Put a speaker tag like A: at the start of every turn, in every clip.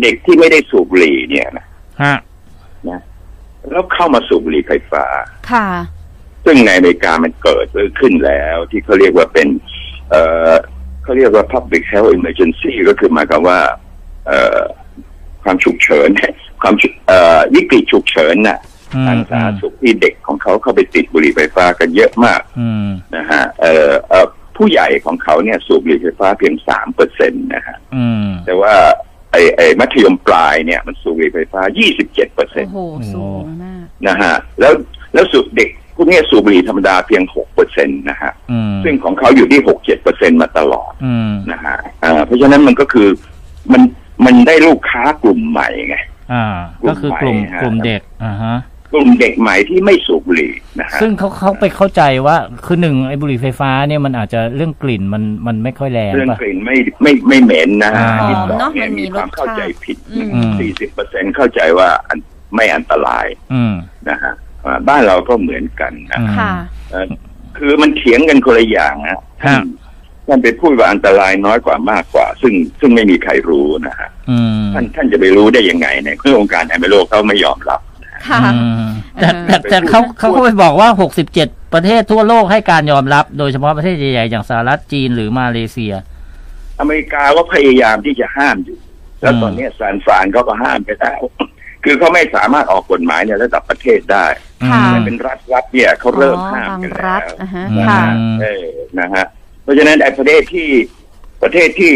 A: เด็กที่ไม่ได้สูบบุหรี่เนี่ยนะ
B: ฮะ
A: นะแล้วเข้ามาสูบบุหรี่ไฟฟ้า
C: ค่ะ
A: ซึ่งในอเมริกามันเกิดขึ้นแล้ว ที่เขาเรียกว่าเป็น เอ่อเขาเรียกว่า public health emergency ก็คือหมายความว่า เอ่อความฉุกเฉิน ความฉุกเอ่อวิกฤตฉุกเฉินน่ะ
B: อืม
A: ทางสาธารณสุขที่เด็กของเขาเข้าไปติดบุหรี่ไฟฟ้ากันเยอะมาก
B: อืม
A: นะฮะเอ่อเอ่อผู้ใหญ่ของเขาเนี่ยสูบบุหรี่ไฟฟ้าเพียงสามเปอร์เซ็นต์นะฮะ
B: อืม
A: แต่ว่าไอ้ไอ้มัธยมปลายเนี่ย มันสูบบุหรี่ไฟฟ้า 27เปอร์เซ็น
C: โอ้
A: ต์
C: โห สูงมาก
A: นะฮะ แล้วแล้วสูบเด็กพวกเนี้ยสูบบุหรี่ธรรมดาเพียง6เปอร์เซ็นต์นะฮะ
B: อืม
A: ซึ่งของเขาอยู่ที่ 6 7เปอร์เซ็นต์มาตลอด
B: อืม
A: นะฮะอ่าเพราะฉะนั้นมันก็คือมันมันได้ลูกค้ากลุ่มใหม่ไง
B: อ่า ก็คือกลุ่ม
A: ก
B: ก
A: ลุ่
B: ลุ่
A: มใหม่ฮะ
B: มเด็กอ่าฮะ
A: กลุ่มเด็กใหม่ที่ไม่สูบบุหรี่นะฮะ
B: ซึ่งเขาเขาไปเข้าใจว่าคือหนึ่งไอ้บุหรี่ไฟฟ้าเนี่ยมันอาจจะเรื่องกลิ่นมันมันไม่ค่อยแรง
A: เรื่อง
B: ป่ะ
A: กลิ่นไม่ไม่ไม่เหม็นนะฮะ
B: อ่า
A: ที่สอง
C: เนอะ
A: เนี่ย
C: มันมี
A: มีความ
C: รสชาติ
A: เข้าใจผิด
C: อืม
A: สี่สิบเปอร์เซ็นต์เข้าใจว่าอันไม่อันตราย
B: อืม
A: นะฮะอ่าบ้านเราก็เหมือนกันนะ
B: อืม
C: ค่ะ
A: เอ่อคือมันเถียงกันคนละอย่างนะ
B: ฮะ
A: ท่านไปพูดว่าอันตรายน้อยกว่ามากกว่า ซึ่งซึ่งไม่มีใครรู้นะฮะ
B: อืม
A: ท่านท่านจะไปรู้ได้ยังไงในเมื่อองค์การอนามัยโลกเขาไม่ยอมรับ
C: ค่ะ
B: อืมแต่
C: เออ
B: แต่แต่เขา
A: พูด
B: เขาก็ไปบอกว่า 67 ประเทศทั่วโลกให้การยอมรับ โดยเฉพาะประเทศใหญ่ๆ อย่างสหรัฐจีนหรือมาเลเซีย
A: อเมริกาก็พยายามที่จะห้ามอยู่ แล้ว
B: อืม
A: ตอนนี้ซานฟรานเขาก็ห้ามไปแล้ว คือเขาไม่สามารถออกกฎหมายในระดับประเทศได้
B: อื
C: ค่ะ
B: ม
A: แต่เป็นรัฐรัฐเนี่ยเขาเริ่ม
C: อ๋อ
A: ห้าม
C: บาง
A: กันแล้
C: รัฐ
A: ว
C: อ่าฮะ
B: อืม
C: ค่ะ
A: เออนะฮะ เพราะฉะนั้นไอ้ประเทศที่ประเทศที่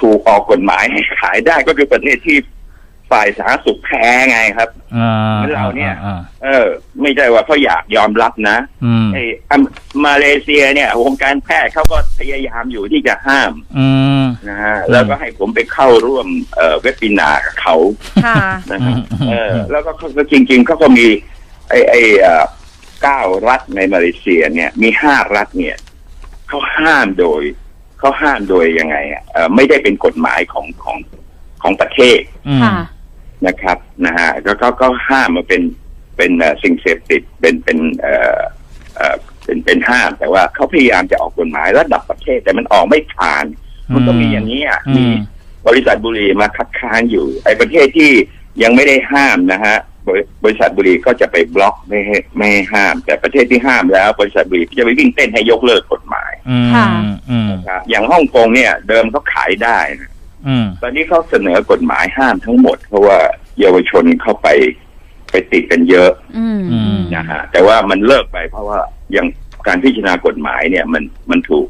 A: ถูกออกกฎหมาย ให้ขายได้ก็คือประเทศที่ฝ่ายสาธารณสุขแพ้ไงครับ
B: อ่า
A: เหมือนเราเนี่ย
B: อ่า
A: เออ ไม่ใช่ว่าเขาอยากยอมรับนะ
B: อืม
A: ไอ้อเมมาเลเซียเนี่ยวงการแพทย์เขาก็พยายามอยู่ที่จะห้าม
B: อืม
A: นะฮะแล้วก็ให้ผมไปเข้าร่วมเอ่อเว็บปินากับเขา
C: ค่ะ
A: นะฮะ
B: อืม
A: เออ แล้วก็เขาก็จริงๆเขาก็มี ไอ้ไอ้เอ่อเก้ารัฐในมาเลเซียเนี่ย มีห้ารัฐเนี่ยเขาห้ามโดยเขาห้ามโดยยังไงอ่ะเอ่อไม่ได้เป็นกฎหมายของของของประเทศ
B: อืม
C: ค่ะ
A: นะครับนะฮะก็ก็ก็ห้ามมาเป็นเป็นเอ่อสิ่งเสพติดเป็นเป็นเอ่อเอ่อเป็นเป็นห้าม แต่ว่าเขาพยายามจะออกกฎหมายระดับประเทศ แต่มันออกไม่ผ่าน มันก็มีอย่างนี้อ่ะ
B: อื
A: มี
B: ม
A: บริษัทบุหรี่มาคัดค้านอยู่ ไอ้ประเทศที่ยังไม่ได้ห้ามนะฮะบริบริษัทบุหรี่ก็จะไปบล็อกไม่ให้ไม่ให้ห้าม แต่ประเทศที่ห้ามแล้ว บริษัทบุหรี่ก็จะไปวิ่งเต้นให้ยกเลิกกฎหมาย
B: อืม
C: ค่ะ
B: อืม
A: ครับอย่างฮ่องกงเนี่ย เดิมเขาขายได้นะ
B: อืม
A: ตอนนี้เขาเสนอกฎหมายห้ามทั้งหมด เพราะว่าเยาวชนเข้าไปไปติดกันเยอะ
C: อืมอืม
A: นะฮะแต่ว่ามันเลิกไปเพราะว่ายังการพิจารณากฎหมายเนี่ยมันมันถูก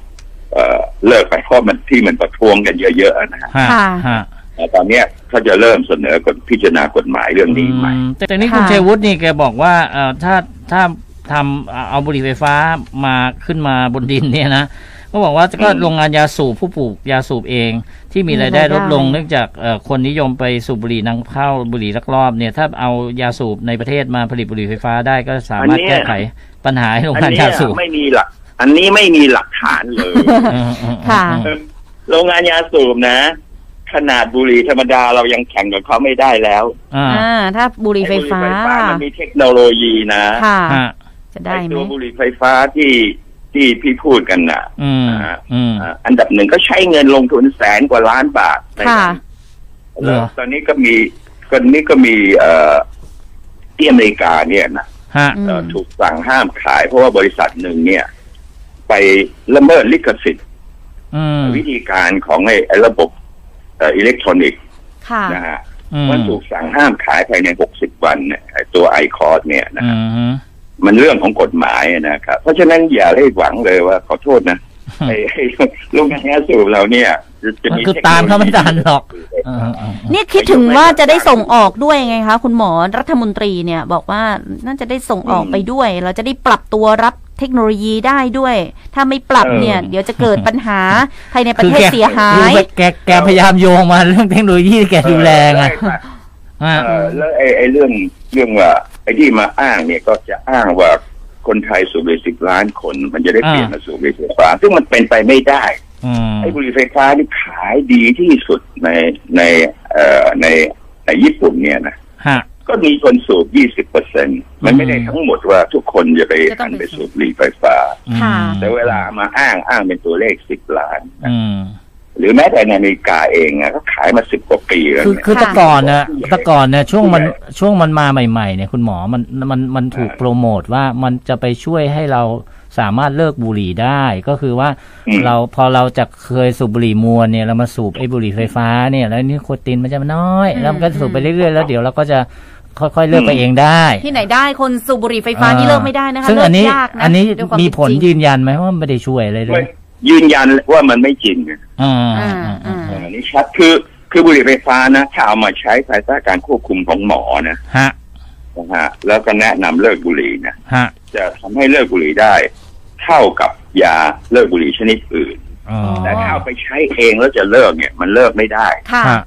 A: เอ่อเลิกไปเพราะมันที่มันประท้วงกันเยอะๆนะฮะ
B: ฮะ
C: ค่ะ
B: ฮะ
A: แต่ตอนเนี้ยเขาจะเริ่มเสนอกฎพิจารณากฎหมายเรื่องนี้ใหม่
B: อืมแต่แต่นี่คุณ
C: ค่ะ
B: ชัยวุฒินี่แกบอกว่าเอ่อถ้าถ้าทำเอ่อเอาบุหรี่ไฟฟ้ามาขึ้นมาบนดินเนี่ยนะก็บอกว่าก็
A: อืม
B: โรงงานยาสูบผู้ปลูกยาสูบเอง ที่มีรายได้ลดลงเนื่องจากเอ่อคนนิยมไปสูบบุหรี่นำเข้าบุหรี่ลักลอบเนี่ย ถ้าเอายาสูบในประเทศมาผลิตบุหรี่ไฟฟ้าได้ก็สามารถแก้ไขปัญหาให้โรง
A: อั
B: งาน
A: เนี้
B: ยาย สูบ
A: ไม่มีหลัก อันนี้ไม่มีหลักฐานเลย
B: อืมอืม
C: ค่ะ
B: อืม
A: โรงงานยาสูบนะ ขนาดบุหรี่ธรรมดาเรายังแข่งกับเขาไม่ได้แล้ว
B: อ่า
C: อ่า ถ้าบุหรี่ไฟฟ้า
A: อ้บุหรี่ไฟฟ้ามันมีเทคโนโลยีนะ
C: ค่ะ
B: ฮะ
C: จะได้ไหม
A: ตัวบุหรี่ไฟฟ้าที่ที่พี่พูดกันน่ะ
B: อืมอืม
A: อ่าอันดับหนึ่งก็ใช้เงินลงทุนแสนกว่าล้านบาทใน
C: ค่ะ
A: การ
B: เหรอ
A: ตอนนี้ก็มีตอนนี้ก็มีเอ่อที่อเมริกาเนี่ยนะ
B: ฮะ
A: เอ่ออ
C: ม
A: ถูกสั่งห้ามขาย เพราะว่าบริษัทหนึ่งเนี่ย ไปละเมิดลิขสิทธิ์
B: อืม
A: วิธีการของไอ้ไอ้ระบบเอ่ออิเล็กทรอนิกส์
C: ค่ะ
A: นะฮะ
B: อืม
A: มันถูกสั่งห้ามขายภายในหกสิบวันเนี่ยไอ้ตัวไอคอร์เนี่ยนะ
B: อืม
A: มันเรื่องของกฎหมายนะครับ เพราะฉะนั้นอย่าได้หวังเลยว่าขอโทษ นะไอ้ไอ้โรงงานยาสูบเราเนี่ย จะจะมี
B: มันคือตามเขาไม่ทันหรอก อืมอืมอืม
C: นี่คิดถึงว่าจะได้ส่งออกด้วยไงคะ คุณหมอรัฐมนตรีเนี่ย บอกว่าน่าจะได้ส่งออกไปด้วย เราจะได้ปรับตัวรับเทคโนโลยีได้ด้วย ถ้าไม่ปรับเนี่ย
B: เออ
C: เดี๋ยวจะเกิดปัญหาภายในประเท
B: คือ
C: ศ
B: แก
C: เสียหา
B: คือ
C: ย
B: แกแกแกพยายามโยงมา เรื่องเทคโนโลยีที่แกดูแลไงฮะ
A: เออแล้วไอ้ไอ้เรื่องเรื่องว่าไอ้ที่มาอ้างเนี่ยก็จะอ้างว่าคนไทยสูบบุหรี่สิบล้านคน มันจะได้เปลี่ยนมาสูบบุหรี่ไฟฟ้าซึ่งมันเป็นไปไม่ได้
B: อืม
A: ไอ้บุหรี่ไฟฟ้านี่ขายดีที่สุดในในเอ่อในในญี่ปุ่นเนี่ยนะ
B: ฮะ
A: ก็มีคนสูบ 20เปอร์เซ็นมันไม่ได้ทั้งหมดว่าทุกคนจะไป
C: จะต้
A: หั
C: อง
A: น
C: ไป
A: ไปสูบบุหรี่ไฟฟ้า
C: ค่ะ
A: แต่เวลามาอ้างอ้างเป็นตัวเลขสิบล้าน
B: อืม
A: หรือแม้แต่ในอเมริกาเองอะก็ขายมาสิบกว่าปีแล้ว
B: คือ
A: เนี่ย
B: คือ
C: ค่ะ
B: แต่ก่อนนะแต่ก่อนเนี่ยช่วงมัน
A: ใหญ่
B: ช่วงมันมาใหม่ๆเนี่ยคุณหมอมันมันมันถูก
A: อ่า
B: โปรโมทว่ามันจะไปช่วยให้เราสามารถเลิกบุหรี่ได้ ก็คือว่า
A: อืม
B: เราพอเราจะเคยสูบบุหรี่มวนเนี่ยเรามาสูบไอ้บุหรี่ไฟฟ้าเนี่ยแล้วนี่โคตินมันจะน้อย แล้วมันก็สูบไปเรื่อยๆแล้วเดี๋ยวเราก็จะค่อยๆเลิกไปเองได้
C: ที่ไหนได้คนสูบบุหรี่ไฟฟ้านี่เลิกไม่ได้นะคะ
B: ซึ่ง
C: เลิ
B: อัน
C: ก
B: นี้
C: ยากนะ
B: อันนี้
C: ด้วยควา
B: มี
C: เป็น
B: ผล
C: จริง
B: ยืนยันไหมว่าไม่ได้ช่วยอะไรเล
A: ไม่
B: ย
A: ยืนยันว่ามันไม่จริงนะ
B: อ่า
C: อ่าอ่า
A: เออนี่ชัดคือคือบุหรี่ไฟฟ้านะถ้าเอามาใช้ภายใต้การควบคุมของหมอนะ
B: ฮะ
A: นะฮะแล้วก็แนะนำเลิกบุหรี่นะ
B: ฮะ
A: จะทำให้เลิกบุหรี่ได้ เท่ากับยาเลิกบุหรี่ชนิดอื่น
B: อ๋อ
A: แต่ถ้าเอาไปใช้เองแล้วจะเลิกเนี่ย มันเลิกไม่ได้
C: ค่ะ
B: ฮะ